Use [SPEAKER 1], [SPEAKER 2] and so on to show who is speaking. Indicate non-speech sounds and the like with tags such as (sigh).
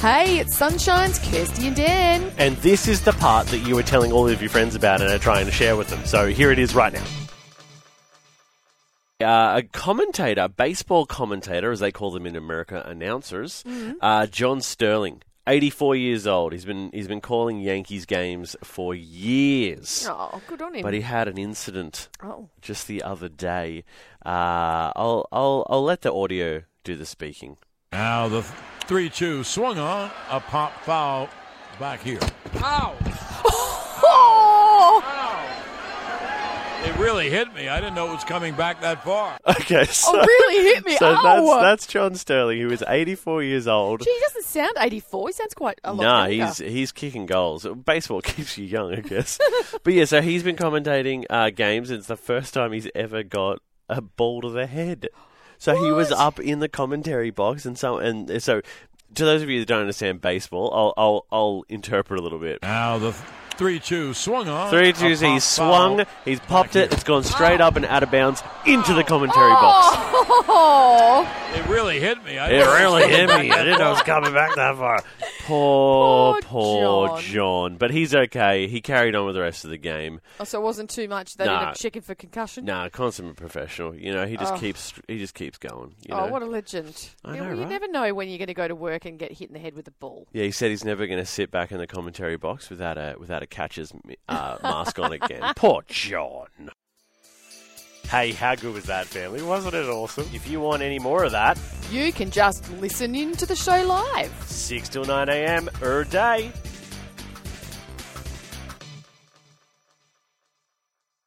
[SPEAKER 1] Hey, it's Sunshine's Kirsty and Dan.
[SPEAKER 2] And this is the part that you were telling all of your friends about and are trying to share with them. So here it is right now. Uh, a commentator, baseball commentator, as they call them in America, announcers,
[SPEAKER 1] Mm-hmm.
[SPEAKER 2] uh, John Sterling, 84 years old. He's been he's been calling Yankees games for years.
[SPEAKER 1] Oh, good on him.
[SPEAKER 2] But he had an incident
[SPEAKER 1] oh,
[SPEAKER 2] just the other day. Uh, I'll, I'll, I'll let the audio do the speaking. (laughs)
[SPEAKER 3] Now the 3 2 swung on, a pop foul back here.
[SPEAKER 1] oh,
[SPEAKER 3] It really hit me. I didn't know it was coming back
[SPEAKER 2] (laughs)
[SPEAKER 3] that far.
[SPEAKER 2] Okay, so,
[SPEAKER 1] Oh, really hit me.
[SPEAKER 2] (laughs)
[SPEAKER 1] Oh.
[SPEAKER 2] so that's,
[SPEAKER 1] Ow.
[SPEAKER 2] that's John Sterling, who is 84 years old.
[SPEAKER 1] Gee, he doesn't sound 84. He sounds quite a lot
[SPEAKER 2] Nah,
[SPEAKER 1] younger.
[SPEAKER 2] he's he's kicking goals. Baseball (laughs) keeps you young, I guess. (laughs) but yeah, so he's been commentating uh, games, and it's the first time he's ever got a ball to the head. So he was
[SPEAKER 1] What?
[SPEAKER 2] up in the commentary box, and so and so. To those of you that don't understand baseball, I'll I'll, I'll interpret a little bit.
[SPEAKER 3] Now the 3 2 swung on.
[SPEAKER 2] Three twos,
[SPEAKER 3] a pop
[SPEAKER 2] he's swung,
[SPEAKER 3] foul.
[SPEAKER 2] he's popped
[SPEAKER 3] Back
[SPEAKER 2] it,
[SPEAKER 3] here.
[SPEAKER 2] it's gone straight up and out of bounds into the commentary box.
[SPEAKER 1] Oh,
[SPEAKER 3] It really hit me. I
[SPEAKER 2] It
[SPEAKER 3] didn't know
[SPEAKER 2] really
[SPEAKER 3] was
[SPEAKER 2] hit
[SPEAKER 3] coming
[SPEAKER 2] me.
[SPEAKER 3] back
[SPEAKER 2] I didn't know
[SPEAKER 1] (laughs)
[SPEAKER 2] it was coming back that far. Poor,
[SPEAKER 1] Poor
[SPEAKER 2] poor
[SPEAKER 1] John.
[SPEAKER 2] John. But he's okay. He carried on with the rest of the game.
[SPEAKER 1] Oh, so it wasn't too much. They
[SPEAKER 2] Nah.
[SPEAKER 1] didn't check him for concussion.
[SPEAKER 2] Nah, consummate professional. You know, he just
[SPEAKER 1] Oh.
[SPEAKER 2] keeps he just keeps going. You
[SPEAKER 1] oh,
[SPEAKER 2] know?
[SPEAKER 1] what a legend.
[SPEAKER 2] I
[SPEAKER 1] you,
[SPEAKER 2] know,
[SPEAKER 1] you
[SPEAKER 2] right?
[SPEAKER 1] never know when you're going to go to work and get hit in the head with a ball.
[SPEAKER 2] yeah, he said he's never going to sit back in the commentary box without a without a catcher's
[SPEAKER 1] (laughs)
[SPEAKER 2] uh, mask on again. Poor John. Hey, how good was that, family? Wasn't it awesome? If you want any more of that,
[SPEAKER 1] You can just listen in to the show live.
[SPEAKER 2] six till nine a.m. er day.